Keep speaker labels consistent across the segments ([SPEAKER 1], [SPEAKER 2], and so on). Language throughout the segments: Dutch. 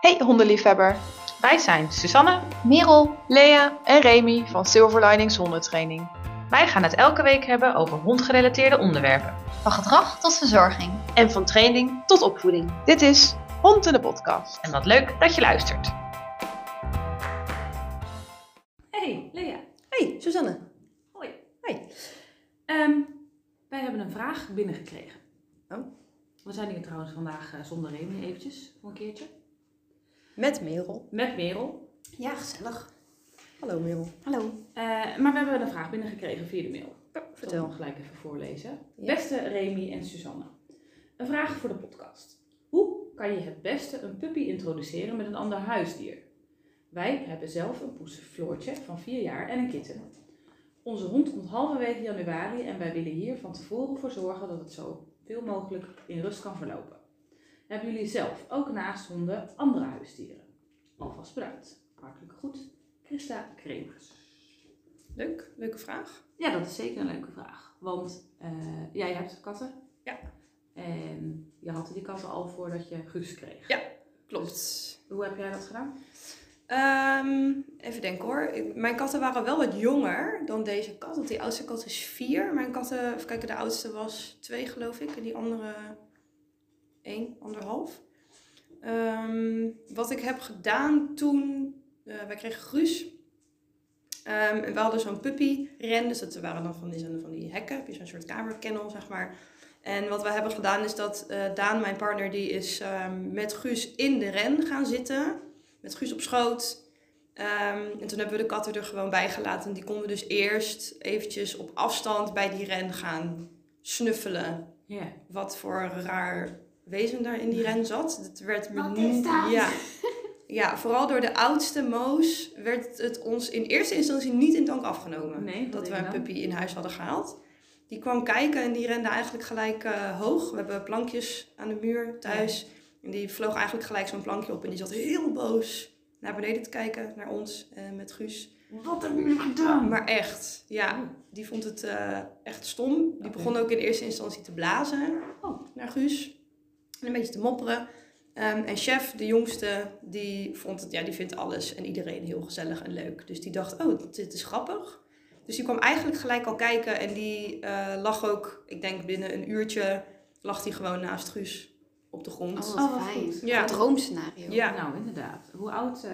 [SPEAKER 1] Hey hondenliefhebber,
[SPEAKER 2] Wij zijn Susanne.
[SPEAKER 3] Merel,
[SPEAKER 1] Lea en Remy van Silver Linings Hondentraining.
[SPEAKER 2] Wij gaan het elke week hebben over hondgerelateerde onderwerpen.
[SPEAKER 3] van gedrag tot verzorging.
[SPEAKER 4] en van training tot opvoeding.
[SPEAKER 1] Dit is Hond in de Podcast.
[SPEAKER 2] En wat leuk dat je luistert.
[SPEAKER 5] Hey, Lea.
[SPEAKER 4] Hey, Susanne.
[SPEAKER 5] Hoi.
[SPEAKER 4] Hoi.
[SPEAKER 5] Ehm, wij hebben een vraag binnengekregen.
[SPEAKER 4] Oh.
[SPEAKER 5] We zijn hier trouwens vandaag eh, zonder Remy eventjes, voor een keertje.
[SPEAKER 4] Met Merel.
[SPEAKER 5] Met Merel.
[SPEAKER 4] Ja, gezellig. Hallo Merel. Hallo. Oh,
[SPEAKER 5] Eh, maar we hebben een vraag binnengekregen via de mail. Dat wil
[SPEAKER 4] vertel.
[SPEAKER 5] ik gelijk even voorlezen.
[SPEAKER 4] Ja.
[SPEAKER 5] Beste Remy en Susanne. Een vraag voor de podcast. Hoe kan je het beste een puppy introduceren met een ander huisdier? Wij hebben zelf een poes Floortje van 4 jaar en een kitten. Onze hond komt halverwege januari en wij willen hier van tevoren voor zorgen dat het zo veel mogelijk in rust kan verlopen. Hebben jullie zelf ook naast honden andere huisdieren? Alvast bedankt. Hartelijk goed, Christa Kremers.
[SPEAKER 4] Leuk, leuke vraag.
[SPEAKER 5] Ja, dat is zeker een leuke vraag. Want eh, jij hebt katten.
[SPEAKER 4] Ja.
[SPEAKER 5] En je had die katten al voordat je Guus kreeg.
[SPEAKER 4] Ja. Klopt.
[SPEAKER 5] Hoe heb jij dat gedaan?
[SPEAKER 4] Ehm, even denken hoor. Ik- Mijn katten waren wel wat jonger dan deze kat. Want die oudste kat is vier. Mijn katten, even kijken, de oudste was twee geloof ik. En die andere één, anderhalf. Ehm, wat ik heb gedaan toen, eh, wij kregen Guus. Ehm, en we hadden zo'n puppyren. Dus dat waren dan van die, zo'n- van die hekken. Heb je zo'n soort kamerkennel zeg maar. En wat we hebben gedaan is dat eh, Daan, mijn partner, die is ehm, met Guus in de ren gaan zitten met Guus op schoot. Ehm, en toen hebben we de katten er gewoon bij gelaten. Die konden dus eerst eventjes op afstand bij die ren gaan snuffelen.
[SPEAKER 5] Ja.
[SPEAKER 4] Wat voor raar wezen daar in die ren zat. Het werd me
[SPEAKER 3] Wat
[SPEAKER 4] niet-
[SPEAKER 3] is dat?
[SPEAKER 4] Ja. ja, vooral door de oudste Moos werd het ons in eerste instantie niet in dank afgenomen.
[SPEAKER 5] Nee, wat
[SPEAKER 4] dat
[SPEAKER 5] deed
[SPEAKER 4] we
[SPEAKER 5] je
[SPEAKER 4] een
[SPEAKER 5] dan?
[SPEAKER 4] puppy in huis hadden gehaald. Die kwam kijken en die rende eigenlijk gelijk eh, hoog. We hebben plankjes aan de muur thuis. En die vloog eigenlijk gelijk zo'n plankje op. En die zat heel boos naar beneden te kijken, naar ons eh, met Guus.
[SPEAKER 5] Wat hebben jullie gedaan?
[SPEAKER 4] Maar echt, ja, die vond het eh, echt stom. Die begon ook in eerste instantie te blazen
[SPEAKER 5] Oh.
[SPEAKER 4] naar Guus. En een beetje te mopperen. Ehm, en Chef, de jongste, die, vond het, ja, die vindt alles en iedereen heel gezellig en leuk. Dus die dacht, oh, dit is grappig. Dus die kwam eigenlijk gelijk al kijken en die eh, lag ook, ik denk binnen een uurtje, lag die gewoon naast Guus op de grond.
[SPEAKER 3] Oh, wat
[SPEAKER 5] Oh, wat
[SPEAKER 3] fijn.
[SPEAKER 5] goed.
[SPEAKER 4] Ja.
[SPEAKER 3] Een droomscenario.
[SPEAKER 4] Ja.
[SPEAKER 5] Nou, inderdaad. Hoe oud eh,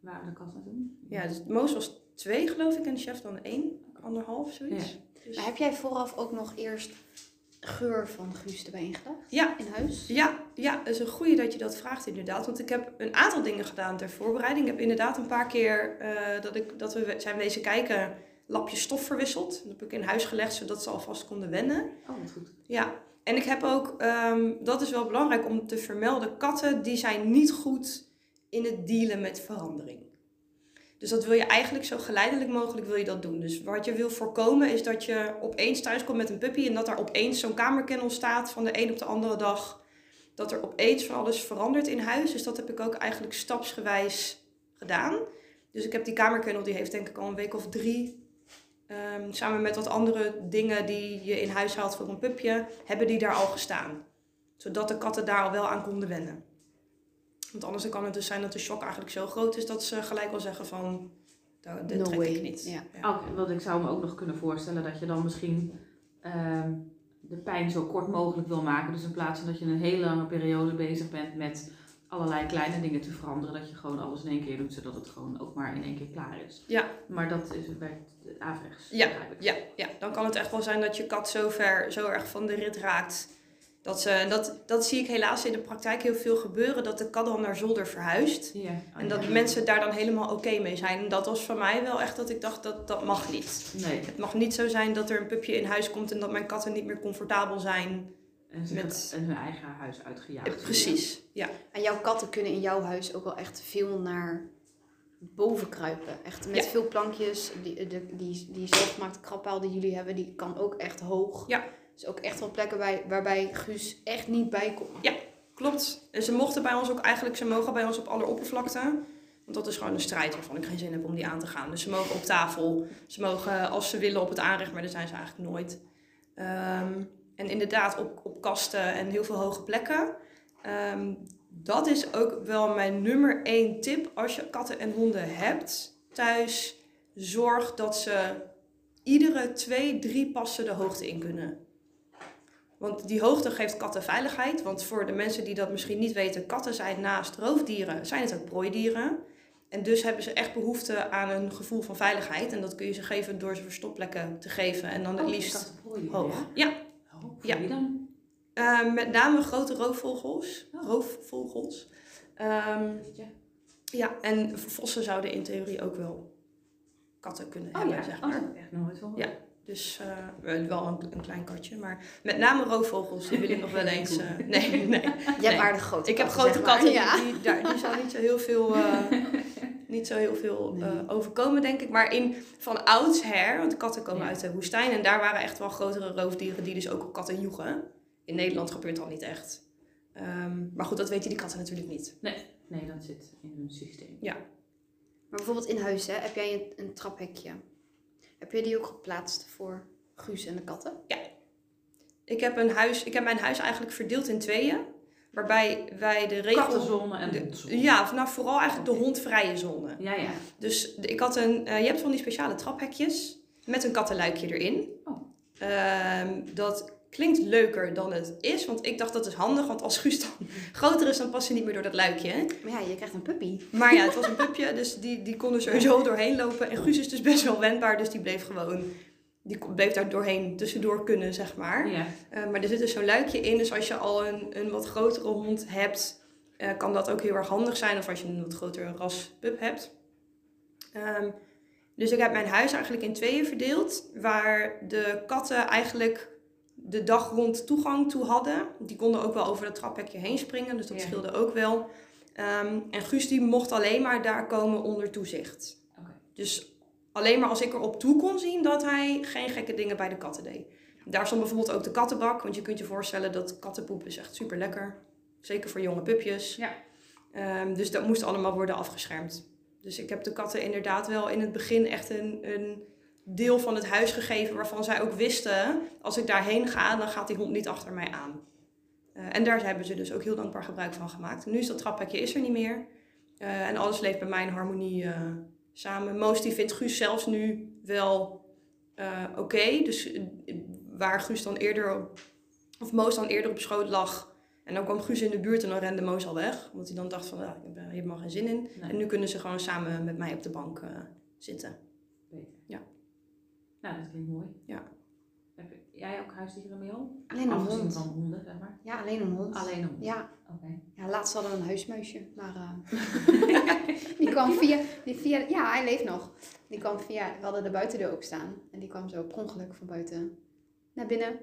[SPEAKER 5] waren de katten toen?
[SPEAKER 4] Ja, dus Moos was twee geloof ik en Chef dan één, anderhalf, zoiets. Dus-
[SPEAKER 3] Maar heb jij vooraf ook nog eerst geur van Guus erbij ingedacht?
[SPEAKER 4] Ja.
[SPEAKER 3] In huis?
[SPEAKER 4] Ja, ja, dat is een goeie dat je dat vraagt inderdaad. Want ik heb een aantal dingen gedaan ter voorbereiding. Ik heb inderdaad een paar keer eh, dat, ik, dat we we zijn wezen kijken, lapjes stof verwisseld. Dat heb ik in huis gelegd, zodat ze alvast konden wennen.
[SPEAKER 5] Oh, wat goed.
[SPEAKER 4] Ja, en ik heb ook, ehm, dat is wel belangrijk om te vermelden, katten die zijn niet goed in het dealen met verandering. Dus dat wil je eigenlijk zo geleidelijk mogelijk wil je dat doen. Dus wat je wil voorkomen is dat je opeens thuis komt met een puppy en dat daar opeens zo'n kamerkennel staat van de een op de andere dag. Dat er opeens van alles verandert in huis. Dus dat heb ik ook eigenlijk stapsgewijs gedaan. Dus ik heb die kamerkennel, die heeft denk ik al een week of drie. ehm, samen met wat andere dingen die je in huis haalt voor een pupje, hebben die daar al gestaan. Zodat de katten daar al wel aan konden wennen. Want anders kan het dus zijn dat de shock eigenlijk zo groot is dat ze gelijk al zeggen van, "Nou, dit
[SPEAKER 3] No
[SPEAKER 4] trek
[SPEAKER 3] way."
[SPEAKER 4] ik niet.
[SPEAKER 3] Ja.
[SPEAKER 5] Oké, want ik zou me ook nog kunnen voorstellen dat je dan misschien ehm, de pijn zo kort mogelijk wil maken. Dus in plaats van dat je een hele lange periode bezig bent met allerlei kleine dingen te veranderen, dat je gewoon alles in één keer doet, zodat het gewoon ook maar in één keer klaar is.
[SPEAKER 4] Ja.
[SPEAKER 5] Maar dat is, werkt averechts.
[SPEAKER 4] Ja,
[SPEAKER 5] begrijp ik.
[SPEAKER 4] Ja, ja, dan kan het echt wel zijn dat je kat zo ver, zo erg van de rit raakt. Dat, ze, en dat, dat zie ik helaas in de praktijk heel veel gebeuren, dat de kat dan naar zolder verhuist.
[SPEAKER 5] Oh, Ja.
[SPEAKER 4] En dat mensen daar dan helemaal oké mee zijn. En dat was voor mij wel echt dat ik dacht, dat, dat mag niet.
[SPEAKER 5] Nee.
[SPEAKER 4] Het mag niet zo zijn dat er een pupje in huis komt en dat mijn katten niet meer comfortabel zijn.
[SPEAKER 5] En ze
[SPEAKER 4] Met-
[SPEAKER 5] en hun eigen huis uitgejaagd.
[SPEAKER 4] Eh,
[SPEAKER 5] worden.
[SPEAKER 4] Precies, ja.
[SPEAKER 3] En jouw katten kunnen in jouw huis ook wel echt veel naar boven kruipen. Echt met
[SPEAKER 4] Ja.
[SPEAKER 3] veel plankjes. Die, eh, de, die, die zelfgemaakte krabpaal die jullie hebben, die kan ook echt hoog.
[SPEAKER 4] Ja.
[SPEAKER 3] Dus ook echt wel plekken bij, waarbij Guus echt niet bij kon.
[SPEAKER 4] Klopt. En ze mochten bij ons ook eigenlijk, ze mogen bij ons op alle oppervlakten. Want dat is gewoon een strijd waarvan ik geen zin heb om die aan te gaan. Dus ze mogen op tafel, ze mogen als ze willen op het aanrecht, maar daar zijn ze eigenlijk nooit. Ehm, en inderdaad op, op kasten en heel veel hoge plekken. Ehm, Dat is ook wel mijn nummer één tip. Als je katten en honden hebt thuis, zorg dat ze iedere twee, drie passen de hoogte in kunnen. Want die hoogte geeft katten veiligheid. Want voor de mensen die dat misschien niet weten, katten zijn naast roofdieren, zijn het ook prooidieren. En dus hebben ze echt behoefte aan een gevoel van veiligheid. En dat kun je ze geven door ze verstopplekken te geven. En
[SPEAKER 5] Oh,
[SPEAKER 4] dan het liefst hoog.
[SPEAKER 5] Hoog.
[SPEAKER 4] Ja,
[SPEAKER 5] Hoog.
[SPEAKER 4] Ja.
[SPEAKER 5] Wie dan?
[SPEAKER 4] eh, met name grote roofvogels.
[SPEAKER 5] Oh.
[SPEAKER 4] Roofvogels. Ehm,
[SPEAKER 5] Ja.
[SPEAKER 4] ja, en vossen zouden in theorie ook wel katten kunnen
[SPEAKER 5] Oh
[SPEAKER 4] hebben,
[SPEAKER 5] ja,
[SPEAKER 4] zeg
[SPEAKER 5] Oh,
[SPEAKER 4] maar.
[SPEAKER 5] dat heb ik echt nog nooit van
[SPEAKER 4] Ja. Dus eh, wel een, een klein katje, maar met name roofvogels, die willen nog wel eens... eh, nee, nee.
[SPEAKER 3] Je hebt
[SPEAKER 4] Nee.
[SPEAKER 3] aardig grote
[SPEAKER 4] Ik heb
[SPEAKER 3] katten,
[SPEAKER 4] grote
[SPEAKER 3] zeg maar.
[SPEAKER 4] katten,
[SPEAKER 3] Ja.
[SPEAKER 4] die, die, daar, die zal niet zo heel veel, eh, niet zo heel veel eh, overkomen, denk ik. Maar in, van oudsher, want katten komen
[SPEAKER 5] Ja.
[SPEAKER 4] uit de woestijn en daar waren echt wel grotere roofdieren die dus ook op katten joegen. In Nederland gebeurt dat niet echt. Ehm, maar goed, dat weten die katten natuurlijk niet.
[SPEAKER 5] Nee, dat zit in hun systeem.
[SPEAKER 3] Maar bijvoorbeeld in huis, hè, heb jij een, een traphekje. Heb je die ook geplaatst voor Guus en de katten?
[SPEAKER 4] Ik heb, een huis, ik heb mijn huis eigenlijk verdeeld in tweeën, waarbij wij de regel...
[SPEAKER 5] Kattenzone en
[SPEAKER 4] de-
[SPEAKER 5] hondzone.
[SPEAKER 4] ja, of nou vooral eigenlijk de hondvrije zone.
[SPEAKER 5] Ja, ja.
[SPEAKER 4] Dus de- ik had een, eh, je hebt van die speciale traphekjes met een kattenluikje erin.
[SPEAKER 5] Oh.
[SPEAKER 4] Ehm, dat klinkt leuker dan het is, want ik dacht dat is handig, want als Guus dan groter is, dan past hij niet meer door dat luikje.
[SPEAKER 3] Maar ja, je krijgt een puppy.
[SPEAKER 4] Maar ja, het was een pupje, dus die, die kon er sowieso doorheen lopen. En Guus is dus best wel wendbaar, dus die bleef gewoon, die kon- bleef daar doorheen tussendoor kunnen, zeg maar.
[SPEAKER 5] ja.
[SPEAKER 4] Eh, maar er zit dus zo'n luikje in, dus als je al een, een wat grotere hond hebt, eh, kan dat ook heel erg handig zijn. Of als je een wat grotere ras pup hebt. Ehm, dus ik heb mijn huis eigenlijk in tweeën verdeeld, waar de katten eigenlijk de dag rond toegang toe hadden. Die konden ook wel over dat traphekje heen springen, dus dat
[SPEAKER 5] Ja.
[SPEAKER 4] scheelde ook wel. Ehm, en Guus die mocht alleen maar daar komen onder toezicht.
[SPEAKER 5] Oké.
[SPEAKER 4] Dus alleen maar als ik erop toe kon zien dat hij geen gekke dingen bij de katten deed. Daar stond bijvoorbeeld ook de kattenbak, want je kunt je voorstellen dat kattenpoep is echt super lekker. Zeker voor jonge pupjes.
[SPEAKER 5] Ja.
[SPEAKER 4] Ehm, dus dat moest allemaal worden afgeschermd. Dus ik heb de katten inderdaad wel in het begin echt een, een deel van het huis gegeven waarvan zij ook wisten, als ik daarheen ga, dan gaat die hond niet achter mij aan. Eh, en daar hebben ze dus ook heel dankbaar gebruik van gemaakt. Nu is dat traphekje is er niet meer. Eh, en alles leeft bij mij in harmonie eh, samen. Moos die vindt Guus zelfs nu wel eh, oké. Dus eh, waar Guus dan eerder op, of Moos dan eerder op schoot lag. En dan kwam Guus in de buurt en dan rende Moos al weg. Omdat hij dan dacht van, ah, ik heb er helemaal geen zin in.
[SPEAKER 5] Nee.
[SPEAKER 4] En nu kunnen ze gewoon samen met mij op de bank eh, zitten.
[SPEAKER 5] Beter.
[SPEAKER 4] Ja.
[SPEAKER 5] Nou, dat klinkt mooi.
[SPEAKER 4] Ja.
[SPEAKER 5] Heb jij ook huisdieren mee al?
[SPEAKER 3] Alleen een
[SPEAKER 5] Afgezien
[SPEAKER 3] hond.
[SPEAKER 5] van honden, zeg maar.
[SPEAKER 3] Ja, alleen een hond.
[SPEAKER 5] Alleen een hond.
[SPEAKER 3] Ja,
[SPEAKER 5] Oké.
[SPEAKER 3] ja, laatst hadden we een huismuisje, maar eh, die kwam via, die via, ja hij leeft nog. Die kwam via, we hadden de buitendeur ook staan en die kwam zo per ongeluk van buiten naar binnen. Een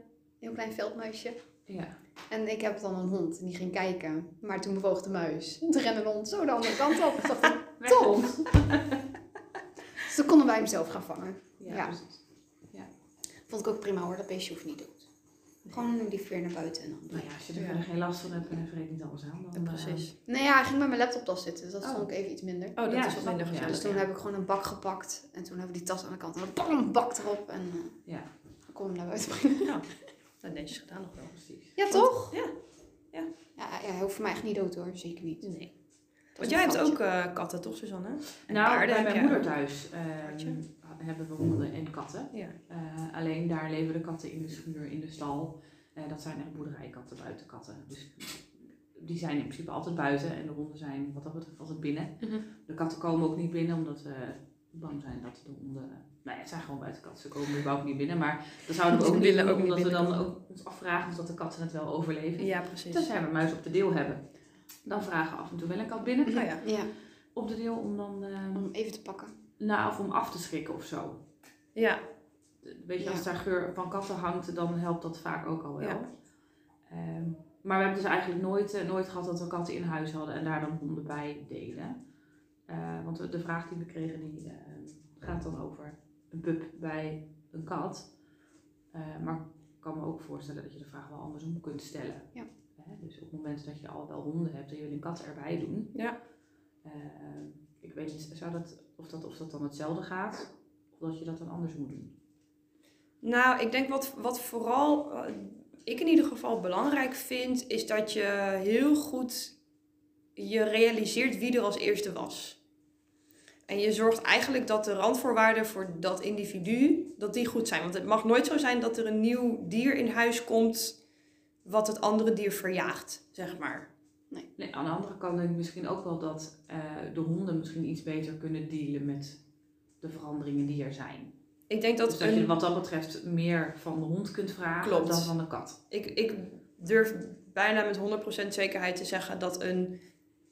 [SPEAKER 3] heel klein veldmuisje.
[SPEAKER 5] Ja.
[SPEAKER 3] En ik heb dan een hond en die ging kijken, maar toen bewoog de muis. En toen rende de hond zo de andere kant op. Ik dacht, Tom! dus toen konden wij hem zelf gaan vangen.
[SPEAKER 5] Ja,
[SPEAKER 3] Ja.
[SPEAKER 5] precies.
[SPEAKER 3] Vond ik ook prima hoor, dat beestje hoeft niet dood. Gewoon die veer naar buiten en
[SPEAKER 4] Oh,
[SPEAKER 3] dan.
[SPEAKER 5] Nou ja, als je er verder geen last van hebt en hij vreet niet alles aan, dan... eh,
[SPEAKER 3] Nee, ja, hij ging bij mijn laptoptas zitten, dus dat
[SPEAKER 5] Oh.
[SPEAKER 3] vond ik even iets minder.
[SPEAKER 4] Oh, dat
[SPEAKER 5] Ja,
[SPEAKER 4] is wat
[SPEAKER 5] snap
[SPEAKER 4] minder
[SPEAKER 5] ik, ja.
[SPEAKER 4] gezellig.
[SPEAKER 3] Dus toen heb ik gewoon een bak gepakt en toen hebben we die tas aan de kant en dan bam, een bak erop en eh,
[SPEAKER 5] ja,
[SPEAKER 3] dan kon hem naar buiten brengen.
[SPEAKER 4] Nou, deze is gedaan nog wel.
[SPEAKER 5] eh, precies.
[SPEAKER 3] Ja, toch?
[SPEAKER 4] ja, ja.
[SPEAKER 3] Ja, ja, hij hoeft voor mij echt niet dood hoor, zeker niet.
[SPEAKER 4] Nee.
[SPEAKER 3] Dat
[SPEAKER 4] Want
[SPEAKER 3] is
[SPEAKER 4] jij
[SPEAKER 3] een
[SPEAKER 4] hebt ook
[SPEAKER 3] grapje.
[SPEAKER 4] eh, katten, toch, Suzanne? En
[SPEAKER 5] Nou, bij
[SPEAKER 4] paarden heb
[SPEAKER 5] mijn
[SPEAKER 4] jij
[SPEAKER 5] moeder
[SPEAKER 4] ook.
[SPEAKER 5] thuis ehm,
[SPEAKER 4] Hartje.
[SPEAKER 5] hebben we honden en katten.
[SPEAKER 4] Ja.
[SPEAKER 5] Eh, alleen daar leven de katten in de schuur, in de stal. Eh, dat zijn echt boerderijkatten, buitenkatten. Dus die zijn in principe altijd buiten en de honden zijn wat dat betreft altijd binnen.
[SPEAKER 4] Mhm.
[SPEAKER 5] De katten komen ook niet binnen omdat ze bang zijn dat de honden... Nou ja, het zijn gewoon buitenkatten. Ze komen überhaupt niet binnen. Maar dat zouden we
[SPEAKER 4] Ze
[SPEAKER 5] ook niet
[SPEAKER 4] willen
[SPEAKER 5] doen
[SPEAKER 4] ook niet
[SPEAKER 5] omdat we dan
[SPEAKER 4] binnenkomen.
[SPEAKER 5] ook ons afvragen of dat de katten het wel overleven.
[SPEAKER 4] Ja, precies.
[SPEAKER 5] Tenzij we muis op de deel hebben. Dan vragen af en toe wel een kat binnen
[SPEAKER 4] Oh ja.
[SPEAKER 3] Ja,
[SPEAKER 5] op de deel om dan... ehm,
[SPEAKER 3] om hem even te pakken.
[SPEAKER 5] nou, of om af te schrikken of zo.
[SPEAKER 4] Ja,
[SPEAKER 5] Weet je,
[SPEAKER 3] Ja.
[SPEAKER 5] als daar geur van katten hangt, dan helpt dat vaak ook al wel.
[SPEAKER 4] Ja.
[SPEAKER 5] Ehm, maar we hebben dus eigenlijk nooit, eh, nooit gehad dat we katten in huis hadden en daar dan honden bij delen. Eh, want we- de vraag die we kregen, die eh, gaat dan over een pup bij een kat. Eh, maar ik kan me ook voorstellen dat je de vraag wel andersom kunt stellen.
[SPEAKER 3] Ja.
[SPEAKER 5] Hè, dus op het moment dat je al wel honden hebt en je wil een kat erbij doen.
[SPEAKER 4] Ja.
[SPEAKER 5] Eh, ik weet niet zou dat, of, dat, of dat dan hetzelfde gaat, of dat je dat dan anders moet doen.
[SPEAKER 4] Nou, ik denk wat, wat vooral eh, ik in ieder geval belangrijk vind, is dat je heel goed je realiseert wie er als eerste was. En je zorgt eigenlijk dat de randvoorwaarden voor dat individu, dat die goed zijn. Want het mag nooit zo zijn dat er een nieuw dier in huis komt wat het andere dier verjaagt, zeg maar.
[SPEAKER 5] Nee, aan de andere kant denk ik misschien ook wel dat eh, de honden misschien iets beter kunnen dealen met de veranderingen die er zijn.
[SPEAKER 4] Ik
[SPEAKER 5] Dat,
[SPEAKER 4] denk dat,
[SPEAKER 5] dus dat
[SPEAKER 4] een-
[SPEAKER 5] je wat dat betreft meer van de hond kunt vragen
[SPEAKER 4] Klopt.
[SPEAKER 5] dan van de kat.
[SPEAKER 4] ik, ik durf bijna met 100% zekerheid te zeggen dat een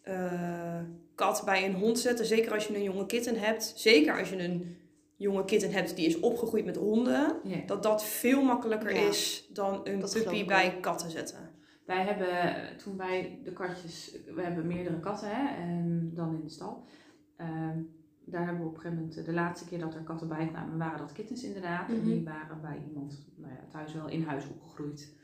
[SPEAKER 4] eh, kat bij een hond zetten, zeker als je een jonge kitten hebt, zeker als je een jonge kitten hebt die is opgegroeid met honden,
[SPEAKER 5] Ja.
[SPEAKER 4] dat dat veel makkelijker
[SPEAKER 3] Ja.
[SPEAKER 4] is dan een
[SPEAKER 3] Dat geloof
[SPEAKER 4] puppy
[SPEAKER 3] ik
[SPEAKER 4] bij katten zetten.
[SPEAKER 5] Wij hebben toen wij de katjes, we hebben meerdere katten hè, en dan in de stal. Ehm, daar hebben we op een gegeven moment, eh, de laatste keer dat er katten bij kwamen, waren dat kittens inderdaad. En die waren bij iemand nou ja, thuis wel in huis opgegroeid.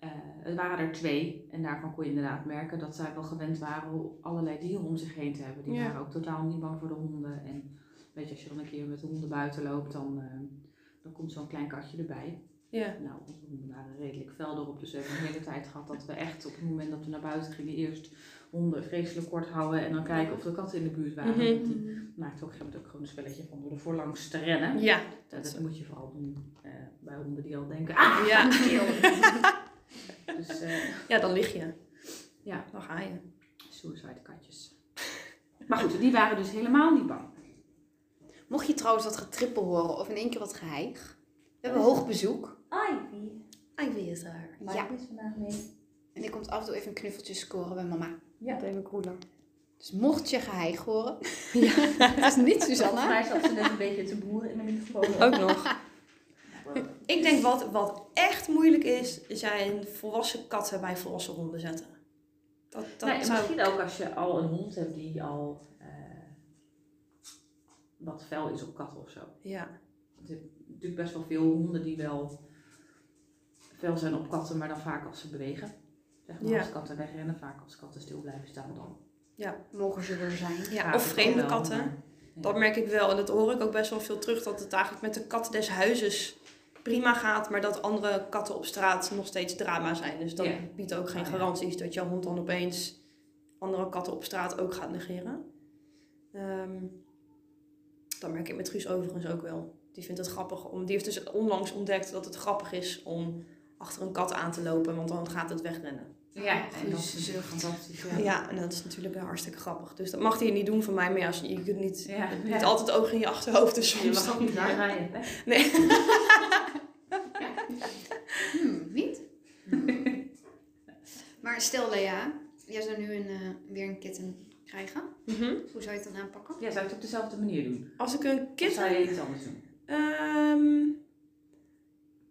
[SPEAKER 5] Eh het waren er twee en daarvan kon je inderdaad merken dat zij wel gewend waren om allerlei dieren om zich heen te hebben. Die
[SPEAKER 4] Ja.
[SPEAKER 5] waren ook totaal niet bang voor de honden. En weet je, als je dan een keer met de honden buiten loopt, dan, eh, dan komt zo'n klein katje erbij.
[SPEAKER 4] Ja.
[SPEAKER 5] Nou, onze honden waren redelijk fel erop. Dus we hebben de hele tijd gehad dat we echt op het moment dat we naar buiten gingen eerst honden vreselijk kort houden. En dan kijken of de katten in de buurt waren.
[SPEAKER 4] Mhm.
[SPEAKER 5] Want Die maakte op een gegeven moment ook gewoon een spelletje van door er voorlangs te rennen.
[SPEAKER 4] Ja.
[SPEAKER 5] Dat, dat moet je vooral doen eh, bij honden die al denken, ah!
[SPEAKER 4] Ja.
[SPEAKER 5] Dus eh,
[SPEAKER 4] ja, dan lig je.
[SPEAKER 5] Ja.
[SPEAKER 4] Dan ga je.
[SPEAKER 5] suicide katjes. Maar goed, die waren dus helemaal niet bang.
[SPEAKER 3] Mocht je trouwens wat getrippel horen of in één keer wat geheig. We hebben hoog bezoek.
[SPEAKER 6] Ivy.
[SPEAKER 3] Ivy is er. Ja.
[SPEAKER 6] Ivy is vandaag mee.
[SPEAKER 3] En ik komt af en toe even een knuffeltje scoren bij mama.
[SPEAKER 6] Ja.
[SPEAKER 7] Even koelen.
[SPEAKER 3] Dus mocht je geheig horen. Ja. Het is niet
[SPEAKER 6] Volgens
[SPEAKER 3] Susanna.
[SPEAKER 6] mij zat ze net een beetje te boeren in de microfoon.
[SPEAKER 7] Ook nog.
[SPEAKER 4] Ik denk wat, wat echt moeilijk is, zijn volwassen katten bij volwassen honden zetten. Dat, dat
[SPEAKER 5] Nee, en
[SPEAKER 4] zou...
[SPEAKER 5] Misschien ook als je al een hond hebt die al eh, wat fel is op katten of zo.
[SPEAKER 4] Ja.
[SPEAKER 5] Er zijn natuurlijk best wel veel honden die wel fel zijn op katten, maar dan vaak als ze bewegen. Zeg maar
[SPEAKER 4] Ja.
[SPEAKER 5] als katten wegrennen, vaak als katten stil blijven staan dan.
[SPEAKER 3] Mogen ze er zijn.
[SPEAKER 4] Ja,
[SPEAKER 5] vaak
[SPEAKER 4] of
[SPEAKER 5] ook
[SPEAKER 4] vreemde
[SPEAKER 5] wel,
[SPEAKER 4] katten.
[SPEAKER 5] maar-
[SPEAKER 4] Dat merk ik wel. En dat hoor ik ook best wel veel terug. Dat het eigenlijk met de kat des huizes prima gaat. Maar dat andere katten op straat nog steeds drama zijn. Dus dat
[SPEAKER 5] Ja.
[SPEAKER 4] biedt ook geen
[SPEAKER 5] Ah, ja.
[SPEAKER 4] garanties dat jouw hond dan opeens andere katten op straat ook gaat negeren. Ehm, dat merk ik met Guus overigens ook wel. Die vindt het grappig. Om, die heeft dus onlangs ontdekt dat het grappig is om achter een kat aan te lopen. Want dan gaat het wegrennen.
[SPEAKER 5] Ja, en dat is
[SPEAKER 3] Guus
[SPEAKER 5] natuurlijk fantastisch. Ja.
[SPEAKER 4] Ja, en dat is natuurlijk wel hartstikke grappig. Dus dat mag hij niet doen van mij. Maar ja, als je, je kunt niet...
[SPEAKER 5] Ja,
[SPEAKER 4] Je hebt altijd ogen in je achterhoofd, dus
[SPEAKER 5] Je
[SPEAKER 4] soms
[SPEAKER 5] mag ook
[SPEAKER 4] dan-
[SPEAKER 5] niet aanrijden. hè?
[SPEAKER 3] Hmm, niet? maar stel Lea, jij zou nu een, eh, weer een kitten krijgen.
[SPEAKER 4] Mhm.
[SPEAKER 3] Hoe zou je het dan aanpakken?
[SPEAKER 5] Ja, zou je het op dezelfde manier doen?
[SPEAKER 4] Als ik een
[SPEAKER 5] Of
[SPEAKER 4] kitten...
[SPEAKER 5] zou je iets anders doen?
[SPEAKER 4] Ehm,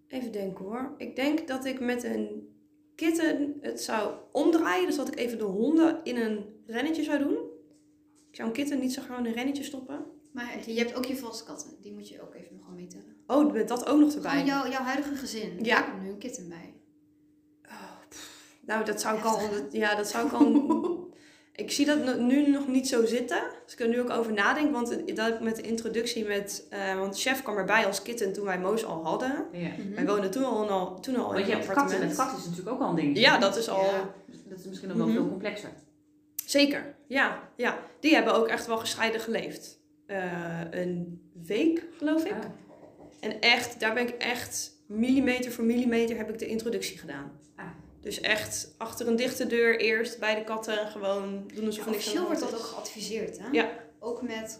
[SPEAKER 4] even denken hoor. Ik denk dat ik met een kitten het zou omdraaien. Dus dat ik even de honden in een rennetje zou doen. Ik zou een kitten niet zo gauw in een rennetje stoppen.
[SPEAKER 3] Maar je hebt ook je valse katten. Die moet je ook even nog meetellen.
[SPEAKER 4] Oh, met dat ook nog erbij.
[SPEAKER 3] Gewoon jouw, jouw huidige gezin.
[SPEAKER 4] Ja.
[SPEAKER 3] Er komt nu een kitten bij.
[SPEAKER 4] Nou, dat zou ik al.
[SPEAKER 3] Heftig.
[SPEAKER 4] dat- ja, dat zou ik al. ik zie dat no- nu nog niet zo zitten. Dus ik er nu ook over nadenk. Want het- dat heb ik met de introductie met. eh, want chef kwam erbij als kitten toen wij Moos al hadden.
[SPEAKER 5] Ja.
[SPEAKER 3] Mhm.
[SPEAKER 4] Wij woonden toen al, al- toen al in
[SPEAKER 5] Want je
[SPEAKER 4] een
[SPEAKER 5] hebt katten,
[SPEAKER 4] appartement.
[SPEAKER 5] met katten is natuurlijk ook al een ding.
[SPEAKER 4] Ja, dat is al.
[SPEAKER 3] Ja.
[SPEAKER 5] Dat is misschien nog wel
[SPEAKER 4] Mhm.
[SPEAKER 5] veel complexer.
[SPEAKER 4] Zeker, ja, ja. Die hebben ook echt wel gescheiden geleefd. Eh, een week, geloof ik.
[SPEAKER 5] Ah.
[SPEAKER 4] En echt, daar ben ik echt millimeter voor millimeter heb ik de introductie gedaan.
[SPEAKER 5] Ah.
[SPEAKER 4] Dus echt achter een dichte deur eerst bij de katten gewoon doen alsof
[SPEAKER 3] Ja,
[SPEAKER 4] er niks aan de
[SPEAKER 3] officieel wordt
[SPEAKER 4] hand
[SPEAKER 3] dat ook
[SPEAKER 4] is.
[SPEAKER 3] geadviseerd, hè?
[SPEAKER 4] Ja.
[SPEAKER 3] Ook met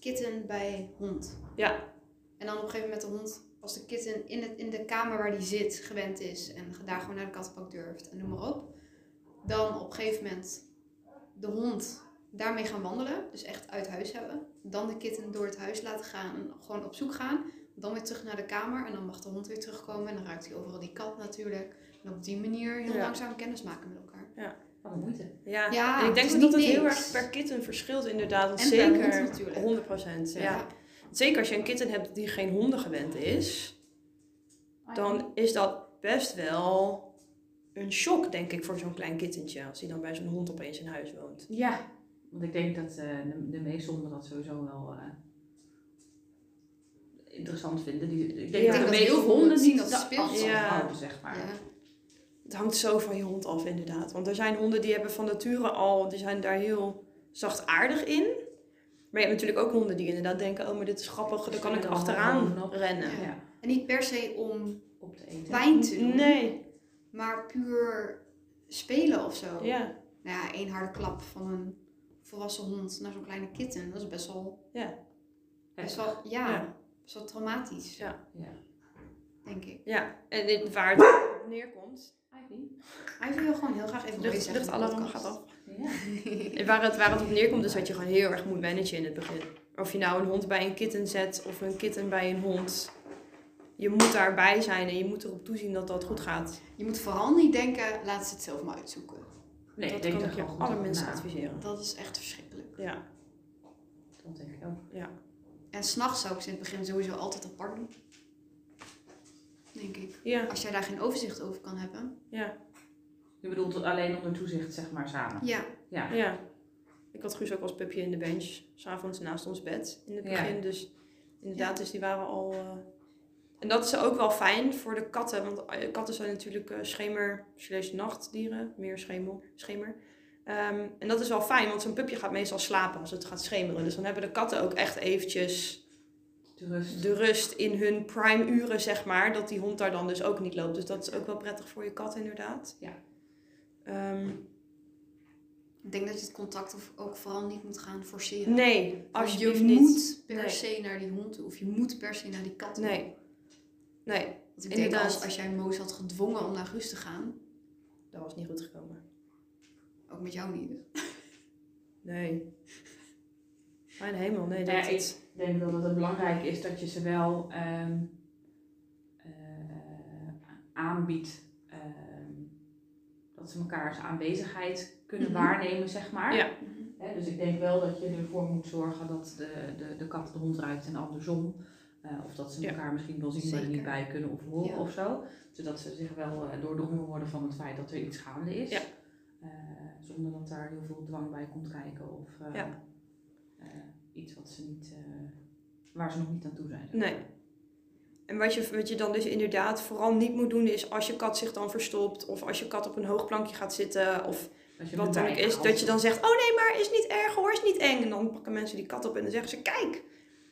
[SPEAKER 3] kitten bij hond.
[SPEAKER 4] Ja.
[SPEAKER 3] En dan op een gegeven moment de hond, als de kitten in, het, in de kamer waar die zit gewend is en daar gewoon naar de kattenbak durft en noem maar op, dan op een gegeven moment de hond daarmee gaan wandelen, dus echt uit huis hebben. Dan de kitten door het huis laten gaan, gewoon op zoek gaan. Dan weer terug naar de kamer en dan mag de hond weer terugkomen en dan ruikt hij overal die kat natuurlijk. En op die manier heel
[SPEAKER 4] Ja.
[SPEAKER 3] langzaam kennis maken met elkaar.
[SPEAKER 5] Wat een moeite.
[SPEAKER 4] Ja.
[SPEAKER 3] Ja,
[SPEAKER 4] en ik denk
[SPEAKER 3] het is
[SPEAKER 4] dat dat
[SPEAKER 3] niet
[SPEAKER 4] heel
[SPEAKER 3] niks.
[SPEAKER 4] erg per kitten verschilt inderdaad. Want
[SPEAKER 3] En per
[SPEAKER 4] zeker
[SPEAKER 3] hond natuurlijk.
[SPEAKER 4] 100 procent. Ja. Zeker als je een kitten hebt die geen honden gewend is,
[SPEAKER 3] Ah,
[SPEAKER 4] dan is dat best wel een shock, denk ik, voor zo'n klein kittentje. Als hij dan bij zo'n hond opeens in huis woont.
[SPEAKER 5] Ja. Want ik denk dat eh, de, de meeste honden dat sowieso wel eh, interessant vinden. Die, ik denk dat
[SPEAKER 4] Ja. Ik
[SPEAKER 5] de
[SPEAKER 3] denk dat
[SPEAKER 5] meeste
[SPEAKER 3] heel veel
[SPEAKER 5] honden
[SPEAKER 3] zien
[SPEAKER 5] zien
[SPEAKER 3] dat
[SPEAKER 5] dat
[SPEAKER 3] speelt.
[SPEAKER 5] afstand
[SPEAKER 4] Ja.
[SPEAKER 5] houden, zeg maar.
[SPEAKER 3] Ja.
[SPEAKER 4] Het hangt zo van je hond af, inderdaad. Want er zijn honden die hebben van nature al, die zijn daar heel zachtaardig in. Maar je hebt natuurlijk ook honden die inderdaad denken, oh, maar dit is grappig, daar kan ik
[SPEAKER 5] Springen er
[SPEAKER 4] achteraan
[SPEAKER 5] bovenop.
[SPEAKER 4] rennen.
[SPEAKER 5] Ja,
[SPEAKER 3] En niet per se om
[SPEAKER 5] op te eten.
[SPEAKER 3] pijn te doen,
[SPEAKER 4] Nee,
[SPEAKER 3] maar puur spelen of zo.
[SPEAKER 4] ja.
[SPEAKER 3] Nou ja, één harde klap van een volwassen hond naar zo'n kleine kitten, dat is best wel, best wel ja,
[SPEAKER 4] Ja.
[SPEAKER 3] best wel traumatisch,
[SPEAKER 4] Ja.
[SPEAKER 5] Ja.
[SPEAKER 3] denk ik.
[SPEAKER 4] Ja, en dit- waar het op neerkomt.
[SPEAKER 5] Eigenlijk.
[SPEAKER 3] Hij wil gewoon heel graag even mooi
[SPEAKER 4] Lucht,
[SPEAKER 3] zeggen. in de
[SPEAKER 4] luchtalarm
[SPEAKER 3] podcast.
[SPEAKER 4] gaat af.
[SPEAKER 5] Ja.
[SPEAKER 4] En Waar het, waar het op neerkomt is dat je gewoon heel erg moet managen in het begin. Of je nou een hond bij een kitten zet of een kitten bij een hond. Je moet daarbij zijn en je moet erop toezien dat dat goed gaat.
[SPEAKER 3] Je moet vooral niet denken, laat ze het zelf maar uitzoeken.
[SPEAKER 5] Nee, ik
[SPEAKER 4] dat
[SPEAKER 5] denk
[SPEAKER 4] kan
[SPEAKER 5] dat
[SPEAKER 4] ik je
[SPEAKER 5] gewoon goed
[SPEAKER 4] alle
[SPEAKER 5] over
[SPEAKER 4] mensen
[SPEAKER 5] na.
[SPEAKER 4] adviseren.
[SPEAKER 3] Dat is echt verschrikkelijk.
[SPEAKER 4] Ja,
[SPEAKER 5] Dat denk ik ook.
[SPEAKER 3] En s'nachts zou ik ze in het begin sowieso altijd apart doen. Denk ik.
[SPEAKER 4] ja,
[SPEAKER 3] Als jij daar geen overzicht over kan hebben.
[SPEAKER 5] Je bedoelt het alleen onder toezicht, zeg maar, samen.
[SPEAKER 3] Ja,
[SPEAKER 5] Ja.
[SPEAKER 4] ja. Ik had Guus ook als pupje in de bench, s'avonds naast ons bed in het
[SPEAKER 5] Ja.
[SPEAKER 4] begin. Dus inderdaad, dus die waren al... eh, En dat is ook wel fijn voor de katten, want eh, katten zijn natuurlijk eh, schemer, slechts nachtdieren, meer schemel, schemer. Ehm, en dat is wel fijn, want zo'n pupje gaat meestal slapen als het gaat schemeren. Dus dan hebben de katten ook echt eventjes
[SPEAKER 5] De rust.
[SPEAKER 4] de rust in hun prime uren, zeg maar. Dat die hond daar dan dus ook niet loopt. Dus dat is ook wel prettig voor je kat, inderdaad.
[SPEAKER 5] Ja.
[SPEAKER 4] Ehm,
[SPEAKER 3] ik denk dat je het contact of- ook vooral niet moet gaan forceren.
[SPEAKER 4] nee,
[SPEAKER 3] Want
[SPEAKER 4] alsjeblieft
[SPEAKER 3] je
[SPEAKER 4] niet.
[SPEAKER 3] moet per
[SPEAKER 4] Nee.
[SPEAKER 3] se naar die hond toe. Of je moet per se naar die kat toe.
[SPEAKER 4] Nee. Nee,
[SPEAKER 3] Want ik denk
[SPEAKER 4] inderdaad.
[SPEAKER 3] als, als jij Moos had gedwongen om naar Guus te gaan.
[SPEAKER 4] dat was niet goed gekomen.
[SPEAKER 3] Ook met jou niet.
[SPEAKER 4] Nee. Mijn hemel, nee.
[SPEAKER 5] Ja, ik-
[SPEAKER 4] Dat is...
[SPEAKER 5] Ik denk wel dat het belangrijk is dat je ze wel ehm, eh, aanbiedt. ehm, dat ze elkaars aanwezigheid kunnen
[SPEAKER 3] Mhm.
[SPEAKER 5] waarnemen, zeg maar.
[SPEAKER 4] Ja.
[SPEAKER 5] Hè, dus ik denk wel dat je ervoor moet zorgen dat de, de, de kat de hond ruikt en andersom. Eh, of dat ze
[SPEAKER 4] Ja.
[SPEAKER 5] elkaar misschien wel zien, maar er
[SPEAKER 3] Zeker.
[SPEAKER 5] niet bij kunnen of horen
[SPEAKER 3] Ja.
[SPEAKER 5] of zo. Zodat ze zich wel eh, doordrongen worden van het feit dat er iets gaande is.
[SPEAKER 4] Ja.
[SPEAKER 5] Eh, zonder dat daar heel veel dwang bij komt kijken of eh,
[SPEAKER 4] Ja.
[SPEAKER 5] eh, iets wat ze niet, eh, waar ze nog niet aan toe zijn. zeg
[SPEAKER 4] Nee.
[SPEAKER 5] maar.
[SPEAKER 4] En wat je, wat je dan dus inderdaad vooral niet moet doen is als je kat zich dan verstopt of als je kat op een hoog plankje gaat zitten of
[SPEAKER 5] Dat je
[SPEAKER 4] wat dan ook
[SPEAKER 5] erbij
[SPEAKER 4] is,
[SPEAKER 5] haalt.
[SPEAKER 4] dat je dan zegt, oh nee, maar is niet erg hoor, is niet eng. En dan pakken mensen die kat op en dan zeggen ze, kijk.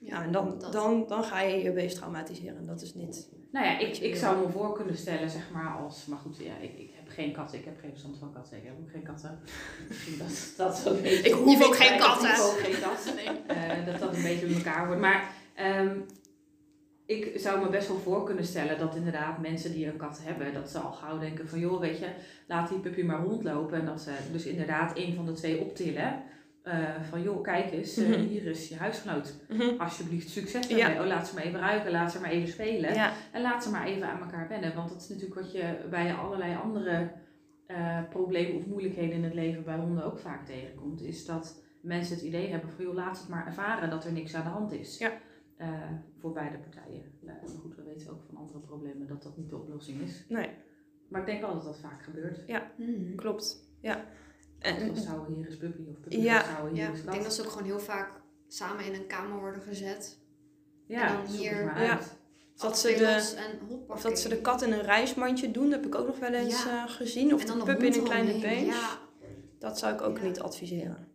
[SPEAKER 3] Ja,
[SPEAKER 4] nou, en dan,
[SPEAKER 3] dat.
[SPEAKER 4] dan, dan ga je je beest traumatiseren en dat is niet.
[SPEAKER 5] Nou ja, ik, ik zou me voor kunnen stellen, zeg maar, als... Maar goed, ja, ik, ik heb geen katten. Ik heb geen verstand van katten. Ik heb ook geen katten. Misschien dat dat zo een beetje...
[SPEAKER 4] Ik hoef ook geen
[SPEAKER 5] Ik
[SPEAKER 4] kat, hè?
[SPEAKER 5] hoef ook geen kat. Eh, dat dat een beetje met elkaar wordt. Maar ehm, ik zou me best wel voor kunnen stellen dat inderdaad mensen die een kat hebben... dat ze al gauw denken van, joh, weet je, laat die puppy maar rondlopen. En dat ze dus inderdaad een van de twee optillen. Eh, van, joh, kijk eens, eh,
[SPEAKER 4] Mhm.
[SPEAKER 5] hier is je huisgenoot. Alsjeblieft, succes
[SPEAKER 4] Ja.
[SPEAKER 5] ermee. Oh, laat ze maar even ruiken, laat ze maar even spelen.
[SPEAKER 4] Ja,
[SPEAKER 5] En laat ze maar even aan elkaar wennen. Want dat is natuurlijk wat je bij allerlei andere eh, problemen of moeilijkheden in het leven bij honden ook vaak tegenkomt. Is dat mensen het idee hebben van joh, laat het maar ervaren dat er niks aan de hand is.
[SPEAKER 4] Ja.
[SPEAKER 5] Eh, voor beide partijen. Eh, maar goed, we weten ook van andere problemen dat dat niet de oplossing is.
[SPEAKER 4] Nee.
[SPEAKER 5] Maar ik denk wel dat dat vaak gebeurt.
[SPEAKER 3] Mhm.
[SPEAKER 4] klopt. Ja. En,
[SPEAKER 5] Zoals zou hier is puppy of puppy
[SPEAKER 4] Ja,
[SPEAKER 5] ja. zou hier
[SPEAKER 3] Ja,
[SPEAKER 5] is
[SPEAKER 3] ik denk
[SPEAKER 5] kat.
[SPEAKER 3] dat ze ook gewoon heel vaak samen in een kamer worden gezet. en
[SPEAKER 5] Ja,
[SPEAKER 3] dan
[SPEAKER 5] zoek
[SPEAKER 3] hier-
[SPEAKER 5] het maar
[SPEAKER 4] Ja.
[SPEAKER 5] uit.
[SPEAKER 4] dat ze de,
[SPEAKER 3] Afspelers en hoppakkee.
[SPEAKER 4] Of dat ze de kat in een reismandje doen, dat heb ik ook nog wel eens
[SPEAKER 3] Ja.
[SPEAKER 4] eh, gezien. Of
[SPEAKER 3] En
[SPEAKER 4] de
[SPEAKER 3] dan
[SPEAKER 4] pup
[SPEAKER 3] hond
[SPEAKER 4] in een kleine
[SPEAKER 3] eromheen.
[SPEAKER 4] bench.
[SPEAKER 3] Ja,
[SPEAKER 4] Dat zou ik ook
[SPEAKER 3] Ja.
[SPEAKER 4] niet adviseren.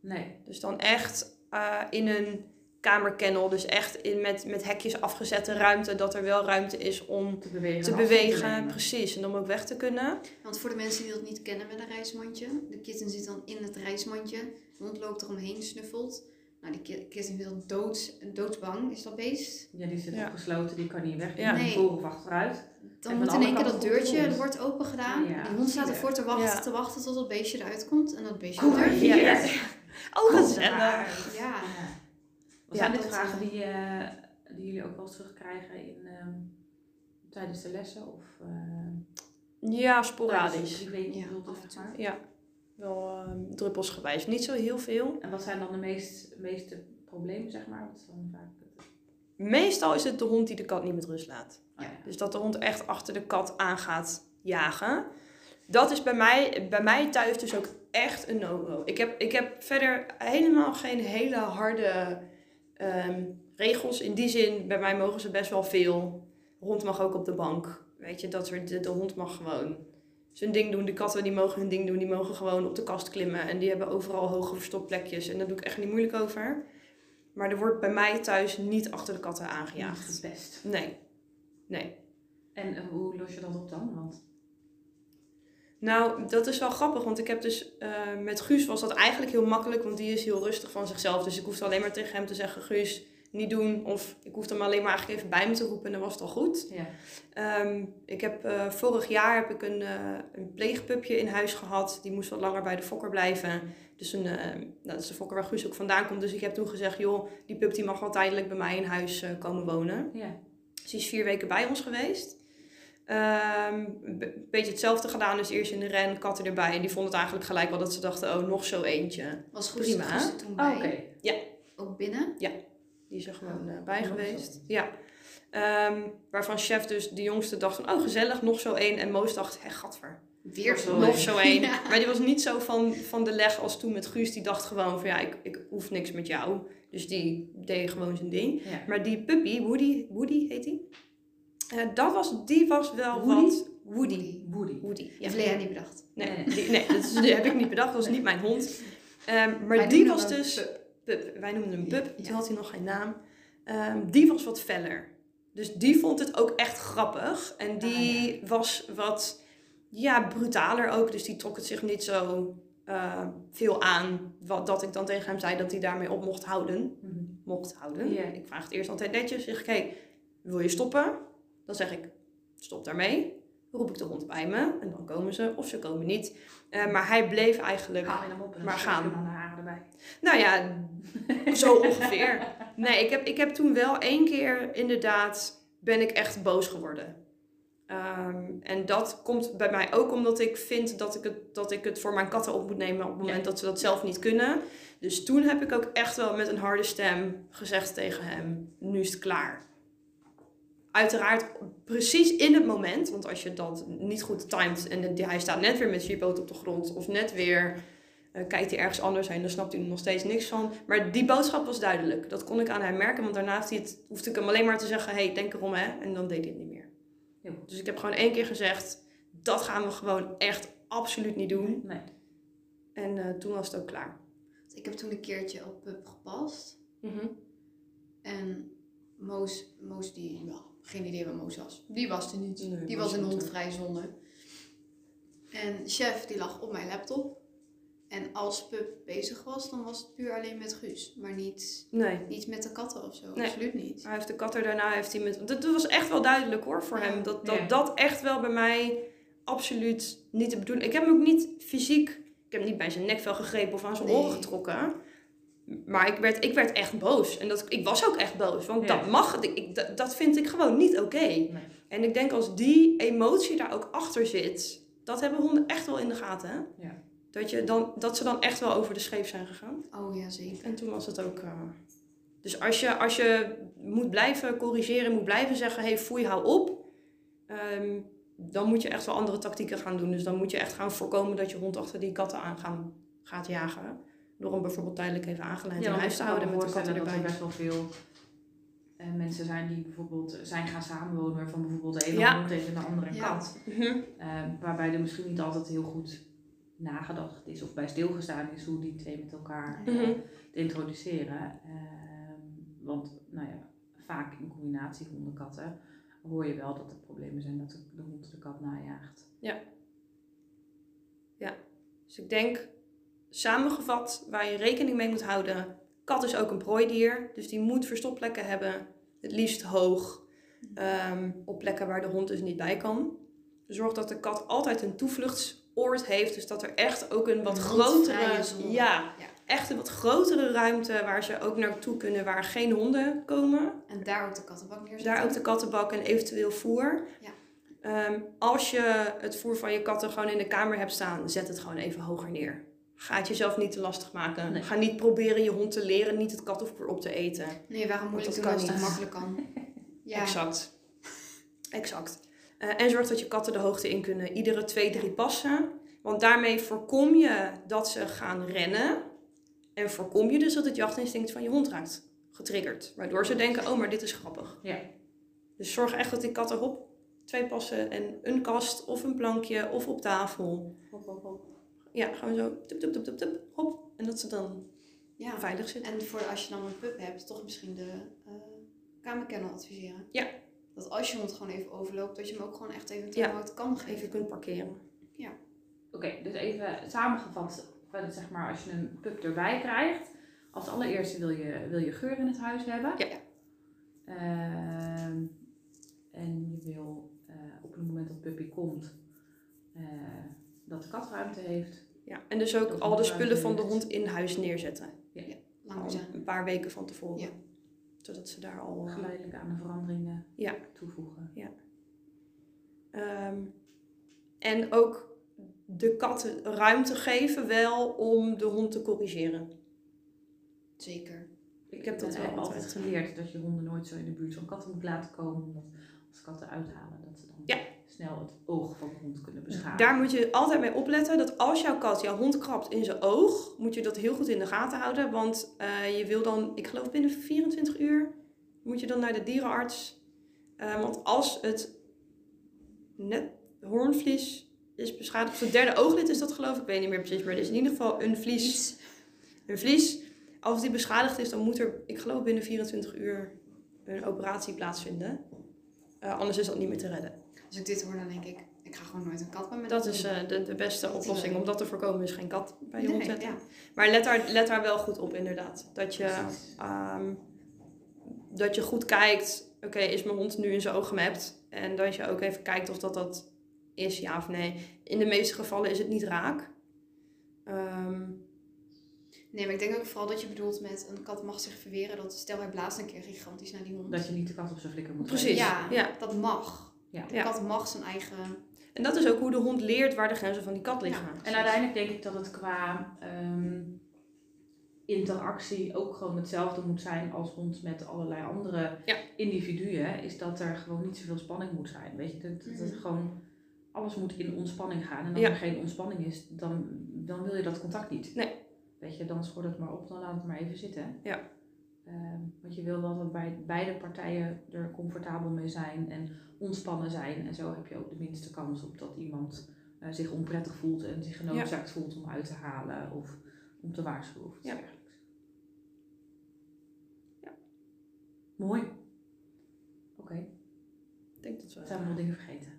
[SPEAKER 5] Nee,
[SPEAKER 4] Dus dan echt eh, in een kamerkennel, dus echt in, met, met hekjes afgezette ruimte, dat er wel ruimte is om
[SPEAKER 5] te bewegen.
[SPEAKER 4] te
[SPEAKER 5] en afstand
[SPEAKER 4] bewegen,
[SPEAKER 5] nemen.
[SPEAKER 4] precies, en om ook weg te kunnen.
[SPEAKER 3] want voor de mensen die dat niet kennen met een reismandje. De kitten zit dan in het reismandje. De hond loopt eromheen, snuffelt. Nou, die ki- kitten is wel doods, doodsbang, is dat beest.
[SPEAKER 5] Ja, die zit
[SPEAKER 4] Ja.
[SPEAKER 5] opgesloten, die kan niet weg. Die
[SPEAKER 4] Ja.
[SPEAKER 5] kan niet
[SPEAKER 3] Nee.
[SPEAKER 5] voor of achteruit.
[SPEAKER 3] Dan
[SPEAKER 5] van
[SPEAKER 3] moet
[SPEAKER 5] de
[SPEAKER 3] in één
[SPEAKER 5] andere
[SPEAKER 3] keer
[SPEAKER 5] kant
[SPEAKER 3] dat
[SPEAKER 5] komt de
[SPEAKER 3] deurtje,
[SPEAKER 5] hond.
[SPEAKER 3] er wordt open gedaan.
[SPEAKER 5] Ja,
[SPEAKER 3] die hond staat ervoor te wachten,
[SPEAKER 4] Ja.
[SPEAKER 3] te wachten tot dat beestje eruit komt. En dat beestje eruit.
[SPEAKER 5] Ja.
[SPEAKER 4] Ja. Oh, gezellig.
[SPEAKER 3] Ja.
[SPEAKER 5] Wat
[SPEAKER 4] Ja,
[SPEAKER 5] zijn dit
[SPEAKER 3] dat,
[SPEAKER 5] vragen
[SPEAKER 3] eh,
[SPEAKER 5] die, eh, die jullie ook wel eens terugkrijgen in, ehm, tijdens de lessen? Of, eh,
[SPEAKER 4] Ja, dus-
[SPEAKER 5] tijdens
[SPEAKER 4] sporadisch.
[SPEAKER 5] de privéconsulten,
[SPEAKER 3] Ja, af
[SPEAKER 5] zeg
[SPEAKER 3] en toe.
[SPEAKER 5] maar?
[SPEAKER 4] Ja, wel ehm, druppelsgewijs. Niet zo heel veel.
[SPEAKER 5] En wat zijn dan de meest, meeste problemen, zeg maar? Wat is dan vaak het-
[SPEAKER 4] Meestal is het de hond die de kat niet met rust laat.
[SPEAKER 5] oh ja.
[SPEAKER 4] Dus dat de hond echt achter de kat aan gaat jagen. Dat is bij mij, bij mij thuis dus ook echt een no-go. Ik heb, ik heb verder helemaal geen hele harde ehm, regels. In die zin, bij mij mogen ze best wel veel. De hond mag ook op de bank. Weet je, dat soort, de, de hond mag gewoon Dus hun ding doen. De katten die mogen hun ding doen. Die mogen gewoon op de kast klimmen. En die hebben overal hoge verstopplekjes. En daar doe ik echt niet moeilijk over. Maar er wordt bij mij thuis niet achter de katten
[SPEAKER 5] Ja,
[SPEAKER 4] aangejaagd.
[SPEAKER 5] best.
[SPEAKER 4] Nee. Nee.
[SPEAKER 5] En eh, hoe los je dat op dan? Want
[SPEAKER 4] Nou, dat is wel grappig, want ik heb dus eh, met Guus was dat eigenlijk heel makkelijk, want die is heel rustig van zichzelf. Dus ik hoefde alleen maar tegen hem te zeggen, Guus, niet doen. Of ik hoefde hem alleen maar eigenlijk even bij me te roepen en dan was het al goed.
[SPEAKER 5] ja,
[SPEAKER 4] Ehm, ik heb, eh, vorig jaar heb ik een, eh, een pleegpupje in huis gehad. Die moest wat langer bij de fokker blijven. Dus een, eh, nou, dat is de fokker waar Guus ook vandaan komt. Dus ik heb toen gezegd, joh, die pup die mag wel tijdelijk bij mij in huis eh, komen wonen.
[SPEAKER 5] ja.
[SPEAKER 4] Ze is vier weken bij ons geweest. Ehm, Een be- beetje hetzelfde gedaan, dus eerst in de ren, katten erbij. En die vonden het eigenlijk gelijk wel dat ze dachten, oh, nog zo eentje.
[SPEAKER 3] Was goed.
[SPEAKER 4] Prima.
[SPEAKER 3] was er toen
[SPEAKER 5] Ah,
[SPEAKER 3] bij.
[SPEAKER 5] Oké.
[SPEAKER 3] Ook binnen.
[SPEAKER 4] Die is er gewoon eh, bij
[SPEAKER 5] nog
[SPEAKER 4] geweest.
[SPEAKER 5] zo.
[SPEAKER 4] Ja. Ehm, waarvan chef dus de jongste dacht van, oh, gezellig, nog zo één. En Moos dacht, hé, gadver,
[SPEAKER 3] Weer
[SPEAKER 5] Nog
[SPEAKER 3] zo.
[SPEAKER 4] nog zo één.
[SPEAKER 3] Ja.
[SPEAKER 4] Maar die was niet zo van, van de leg als toen met Guus. Die dacht gewoon van, ja, ik, ik hoef niks met jou. Dus die deed gewoon zijn ding.
[SPEAKER 5] Ja.
[SPEAKER 4] Maar die puppy, Woody, Woody heet die? Eh, dat was, die was wel
[SPEAKER 5] Woody?
[SPEAKER 4] wat... Woody.
[SPEAKER 5] Woody.
[SPEAKER 4] Woody. Ja.
[SPEAKER 3] Heeft Lea niet bedacht.
[SPEAKER 4] Nee,
[SPEAKER 5] Nee.
[SPEAKER 4] die- nee, dat is- die heb ik niet bedacht. Dat is niet mijn hond. Ehm, maar
[SPEAKER 3] Wij
[SPEAKER 4] die
[SPEAKER 3] noemen
[SPEAKER 4] was
[SPEAKER 3] hem
[SPEAKER 4] dus... Pup. Wij noemden hem Pup.
[SPEAKER 3] Ja.
[SPEAKER 4] Toen had hij nog geen naam. Ehm, die was wat feller. Dus die vond het ook echt grappig. En
[SPEAKER 3] Ah,
[SPEAKER 4] die was wat ja, brutaler ook. Dus die trok het zich niet zo eh, veel aan. Wat, dat ik dan tegen hem zei dat hij daarmee op mocht houden.
[SPEAKER 5] Mhm.
[SPEAKER 4] Mocht houden.
[SPEAKER 5] Ja.
[SPEAKER 4] Ik vraag het eerst altijd netjes. Zeg ik, hey, wil je stoppen? Dan zeg ik, stop daarmee. Roep ik de hond bij me. En dan komen ze. Of ze komen niet. Eh, maar hij bleef eigenlijk...
[SPEAKER 5] Haal je hem op en
[SPEAKER 4] Maar
[SPEAKER 5] dan schrik je
[SPEAKER 4] gaan.
[SPEAKER 5] hem aan de haren erbij.
[SPEAKER 4] Nou ja, zo ongeveer. Nee, ik heb, ik heb toen wel één keer inderdaad ben ik echt boos geworden. Ehm, en dat komt bij mij ook omdat ik vind dat ik, het, dat ik het voor mijn katten op moet nemen op het moment dat ze dat zelf niet kunnen. Dus toen heb ik ook echt wel met een harde stem gezegd tegen hem: nu is het klaar. Uiteraard precies in het moment, want als je dat niet goed timed en het- hij staat net weer met zijn poot op de grond of net weer eh, kijkt hij ergens anders heen, dan snapt hij er nog steeds niks van. Maar die boodschap was duidelijk. Dat kon ik aan hem merken, want daarna heeft hij het, hoefde ik hem alleen maar te zeggen: hey, denk erom hè. En dan deed hij het niet meer.
[SPEAKER 5] Heel goed.
[SPEAKER 4] Dus ik heb gewoon één keer gezegd: dat gaan we gewoon echt absoluut niet doen.
[SPEAKER 5] Nee.
[SPEAKER 4] En eh, toen was het ook klaar.
[SPEAKER 3] Ik heb toen een keertje op pup gepast. En Moos, Moos die, ja, geen idee waar Moos was. Die was er niet.
[SPEAKER 4] Nee,
[SPEAKER 3] die
[SPEAKER 4] Moos
[SPEAKER 3] was een
[SPEAKER 4] niet,
[SPEAKER 3] hond
[SPEAKER 4] hè.
[SPEAKER 3] vrij zonde. En Chef die lag op mijn laptop. En als Pup bezig was, dan was het puur alleen met Guus. Maar niet,
[SPEAKER 4] Nee.
[SPEAKER 3] niet met de katten of zo.
[SPEAKER 4] Nee.
[SPEAKER 3] Absoluut niet.
[SPEAKER 4] Hij heeft de kat er daarna heeft hij met. Dat, dat was echt wel duidelijk hoor voor
[SPEAKER 3] Ja.
[SPEAKER 4] hem. Dat dat,
[SPEAKER 5] Ja.
[SPEAKER 4] dat echt wel bij mij absoluut niet de bedoeling. Ik heb hem ook niet fysiek. Ik heb hem niet bij zijn nekvel gegrepen of aan zijn
[SPEAKER 3] Nee.
[SPEAKER 4] oren getrokken. Maar ik werd, ik werd echt boos. En dat, ik was ook echt boos. Want
[SPEAKER 5] Ja.
[SPEAKER 4] dat mag. Ik, ik- dat, dat vind ik gewoon niet oké. En ik denk als die emotie daar ook achter zit. Dat hebben honden echt wel in de gaten. hè?
[SPEAKER 5] Ja.
[SPEAKER 4] Dat, je dan, dat ze dan echt wel over de scheef zijn gegaan.
[SPEAKER 3] Oh ja, zeker.
[SPEAKER 4] En toen was het ook. eh, dus als je, als je moet blijven corrigeren, moet blijven zeggen: hey, foei, hou op. ehm, dan moet je echt wel andere tactieken gaan doen. Dus dan moet je echt gaan voorkomen dat je hond achter die katten aan gaan, gaat jagen. Door hem bijvoorbeeld tijdelijk even aangeleid in
[SPEAKER 5] want
[SPEAKER 4] huis
[SPEAKER 5] ik
[SPEAKER 4] te
[SPEAKER 5] kan me
[SPEAKER 4] houden met de katten
[SPEAKER 5] voorstellen dat
[SPEAKER 4] erbij.
[SPEAKER 5] er best wel veel eh, mensen zijn die bijvoorbeeld eh, zijn gaan samenwonen, waarvan bijvoorbeeld de ene
[SPEAKER 4] Ja.
[SPEAKER 5] hond tegen de andere
[SPEAKER 3] Ja.
[SPEAKER 5] kat.
[SPEAKER 4] Mhm.
[SPEAKER 5] Eh, waarbij er misschien niet altijd heel goed nagedacht is of bij stilgestaan is hoe die twee met elkaar eh,
[SPEAKER 4] Mhm.
[SPEAKER 5] te introduceren. Ehm, want nou ja, vaak in combinatie honden-katten hoor je wel dat er problemen zijn dat de, de hond de kat najaagt.
[SPEAKER 4] Dus ik denk, samengevat, waar je rekening mee moet houden. Kat is ook een prooidier, dus die moet verstopplekken hebben. Het liefst hoog, ehm, op plekken waar de hond dus niet bij kan. Zorg dat de kat altijd een toevluchtsoord heeft, dus dat er echt ook een wat
[SPEAKER 3] Een
[SPEAKER 4] grotere...
[SPEAKER 3] rondvrije zone.
[SPEAKER 4] Ja,
[SPEAKER 3] Ja.
[SPEAKER 4] echt een wat grotere ruimte waar ze ook naartoe kunnen, waar geen honden komen.
[SPEAKER 3] En daar ook de kattenbak neerzetten.
[SPEAKER 4] Dus Daar ook de kattenbak en eventueel voer.
[SPEAKER 3] Ja.
[SPEAKER 4] Ehm, als je het voer van je katten gewoon in de kamer hebt staan, zet het gewoon even hoger neer. Ga het jezelf niet te lastig maken.
[SPEAKER 5] Nee.
[SPEAKER 4] Ga niet proberen je hond te leren niet het kattenvoer op te eten.
[SPEAKER 3] Nee, waarom moeilijk
[SPEAKER 4] dat
[SPEAKER 3] doen als
[SPEAKER 4] kan
[SPEAKER 3] het
[SPEAKER 4] niet.
[SPEAKER 3] makkelijk kan? Ja.
[SPEAKER 4] Exact. Exact. Eh, en zorg dat je katten de hoogte in kunnen. Iedere twee, drie passen. Want daarmee voorkom je dat ze gaan rennen. En voorkom je dus dat het jachtinstinct van je hond raakt getriggerd. Waardoor ze denken, oh, maar dit is grappig.
[SPEAKER 5] Ja.
[SPEAKER 4] Dus zorg echt dat die katten hop, twee passen en een kast of een plankje of op tafel.
[SPEAKER 6] Hop, hop, hop.
[SPEAKER 4] Ja, gewoon zo. Tup, tup, tup, tup, tup, hop. En dat ze dan
[SPEAKER 3] Ja.
[SPEAKER 4] veilig zitten.
[SPEAKER 3] En voor als je dan een pub hebt, toch misschien de eh kamerkennel adviseren.
[SPEAKER 4] Ja.
[SPEAKER 3] Dat als je hond gewoon even overloopt, dat je hem ook gewoon echt even een
[SPEAKER 4] Ja.
[SPEAKER 3] timeout kan
[SPEAKER 4] Even
[SPEAKER 3] geven.
[SPEAKER 4] kunt parkeren.
[SPEAKER 5] Oké, dus even samengevat, wat het zeg maar, als je een pup erbij krijgt. Als allereerste wil je, wil je geur in het huis hebben.
[SPEAKER 4] Ja.
[SPEAKER 5] Ehm, en je wil eh, op het moment dat puppy komt, eh, dat de kat ruimte heeft.
[SPEAKER 4] Ja. En dus ook
[SPEAKER 5] Dat
[SPEAKER 4] al de
[SPEAKER 5] moet
[SPEAKER 6] eh,
[SPEAKER 4] spullen van de
[SPEAKER 5] uitgelegd.
[SPEAKER 4] hond in huis neerzetten.
[SPEAKER 3] Langer
[SPEAKER 4] Al
[SPEAKER 3] zijn.
[SPEAKER 4] een paar weken van tevoren.
[SPEAKER 3] Ja.
[SPEAKER 4] Zodat ze daar al... eh,
[SPEAKER 5] Geleidelijk aan de veranderingen
[SPEAKER 4] Ja.
[SPEAKER 5] toevoegen.
[SPEAKER 4] Ehm, en ook de kat ruimte geven wel om de hond te corrigeren.
[SPEAKER 3] Zeker.
[SPEAKER 4] Ik heb dat
[SPEAKER 5] ben
[SPEAKER 4] wel
[SPEAKER 5] altijd
[SPEAKER 4] altijd. eh,
[SPEAKER 5] geleerd dat je honden nooit zo in de buurt van katten moet laten komen. Omdat als katten uithalen, dat ze dan
[SPEAKER 4] Ja.
[SPEAKER 5] snel het oog van de hond kunnen beschaden.
[SPEAKER 4] Daar moet je altijd mee opletten dat als jouw kat jouw hond krabt in zijn oog, moet je dat heel goed in de gaten houden. Want eh, je wil dan, ik geloof binnen 24 uur, moet je dan naar de dierenarts. Eh, want als het net hoornvlies is beschadigd, of het derde ooglid is dat geloof ik, ik weet niet meer precies, maar er is in ieder geval een vlies. Een vlies. Als die beschadigd is, dan moet er, ik geloof binnen 24 uur, een operatie plaatsvinden. Eh, anders is dat niet meer te redden.
[SPEAKER 3] Als ik dit hoor, dan denk ik, ik ga gewoon nooit een kat bij me
[SPEAKER 4] Dat is eh, de, de beste oplossing om dat te voorkomen, is geen kat bij je hond
[SPEAKER 3] nee,
[SPEAKER 4] zetten.
[SPEAKER 3] ja.
[SPEAKER 4] Maar let daar, let daar wel goed op, inderdaad. Dat je,
[SPEAKER 5] Precies.
[SPEAKER 4] ehm, dat je goed kijkt, oké, is mijn hond nu in zijn oog gemapt? En dat je ook even kijkt of dat dat is, ja of nee. In de meeste gevallen is het niet raak. Ehm,
[SPEAKER 3] Nee, maar ik denk ook vooral dat je bedoelt met een kat mag zich verweren. Dat stel hij blaast een keer gigantisch naar die hond.
[SPEAKER 5] Dat je niet de kat op zijn flikker moet
[SPEAKER 4] precies,
[SPEAKER 5] geven.
[SPEAKER 4] ja.
[SPEAKER 3] Ja. Dat mag.
[SPEAKER 5] Ja.
[SPEAKER 3] De
[SPEAKER 4] Ja.
[SPEAKER 3] kat mag zijn eigen...
[SPEAKER 4] En dat is ook hoe de hond leert waar de grenzen van die kat liggen.
[SPEAKER 5] En uiteindelijk denk ik dat het qua ehm, interactie ook gewoon hetzelfde moet zijn als hond met allerlei andere
[SPEAKER 4] Ja.
[SPEAKER 5] individuen. Is dat er gewoon niet zoveel spanning moet zijn. Weet je, dat, dat het gewoon alles moet in ontspanning gaan. En als
[SPEAKER 4] Mhm. Ja.
[SPEAKER 5] er geen ontspanning is, dan, dan wil je dat contact niet.
[SPEAKER 4] Nee.
[SPEAKER 5] Weet je, dan schort het maar op, dan laat het maar even zitten.
[SPEAKER 4] Ja.
[SPEAKER 5] Ehm, want je wil wel dat bij beide partijen er comfortabel mee zijn en ontspannen zijn. En zo heb je ook de minste kans op dat iemand eh, zich onprettig voelt en zich genoodzaakt voelt om uit te halen of om te waarschuwen of iets
[SPEAKER 4] Ja.
[SPEAKER 5] dergelijks.
[SPEAKER 4] Ja.
[SPEAKER 5] Mooi. Oké,
[SPEAKER 4] Ik denk dat
[SPEAKER 5] zijn we
[SPEAKER 4] we...
[SPEAKER 5] nog dingen vergeten?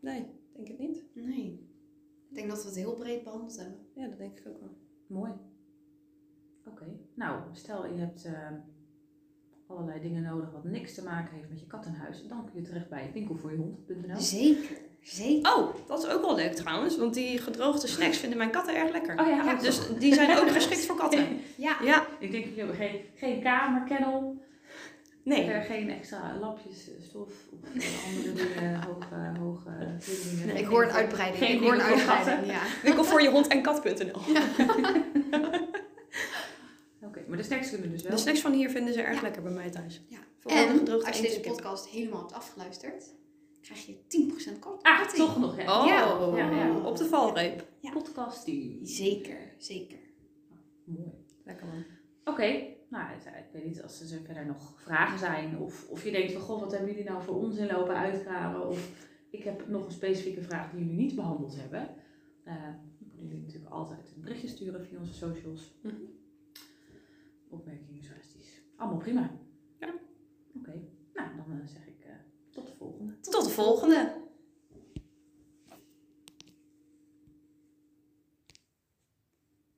[SPEAKER 4] Nee, ik denk het niet.
[SPEAKER 3] Nee. Ik denk dat we het heel breed behandeld hebben.
[SPEAKER 4] Ja, dat denk ik ook wel.
[SPEAKER 5] Mooi. Oké, nou stel je hebt eh, allerlei dingen nodig wat niks te maken heeft met je kat in huis, dan kun je terecht bij winkelvoorjehond.nl.
[SPEAKER 3] Zeker. Zeker.
[SPEAKER 4] Oh, dat is ook wel leuk trouwens, want die gedroogde snacks vinden mijn katten erg lekker.
[SPEAKER 5] Oh ja, ook
[SPEAKER 4] Dus die zijn ook geschikt voor katten.
[SPEAKER 3] Ja.
[SPEAKER 4] Ja,
[SPEAKER 5] Ik denk, jullie hebben geen, geen kamerkennel,
[SPEAKER 4] nee.
[SPEAKER 5] eh, geen extra lapjes eh, stof of eh, andere dingen, hoge, hoge dingen.
[SPEAKER 3] Ik hoor een uitbreiding.
[SPEAKER 5] Geen
[SPEAKER 3] ik hoor een
[SPEAKER 5] dingen voor
[SPEAKER 3] uitbreiding, ja.
[SPEAKER 4] Winkel voor je hond en kat.nl.
[SPEAKER 5] Oké, maar de snacks kunnen dus wel.
[SPEAKER 4] De snacks van hier vinden ze erg
[SPEAKER 3] Ja.
[SPEAKER 4] lekker bij mij thuis.
[SPEAKER 3] Ja.
[SPEAKER 4] Vooral de
[SPEAKER 3] En
[SPEAKER 4] gedroogde
[SPEAKER 3] als je deze
[SPEAKER 4] eendjes.
[SPEAKER 3] podcast helemaal hebt afgeluisterd, krijg je 10% kort.
[SPEAKER 5] Ah, toch nog, hè?
[SPEAKER 4] Oh,
[SPEAKER 3] Ja.
[SPEAKER 5] Ja, ja.
[SPEAKER 4] op de valreep.
[SPEAKER 5] Ja. Podcast die.
[SPEAKER 3] Zeker, zeker.
[SPEAKER 5] Mooi.
[SPEAKER 4] Lekker man.
[SPEAKER 5] Oké, nou, het- ik weet niet als er verder nog vragen zijn. Of, of je denkt van, god, wat hebben jullie nou voor onzin lopen uitgraven? Of ik heb nog een specifieke vraag die jullie niet behandeld hebben. Eh, dan kunnen jullie natuurlijk altijd een berichtje sturen via onze socials.
[SPEAKER 4] Mhm.
[SPEAKER 5] Opmerkingen, suggesties. Allemaal prima.
[SPEAKER 4] Ja.
[SPEAKER 5] Oké, nou, dan eh, zeg ik eh, tot de volgende.
[SPEAKER 4] Tot de volgende.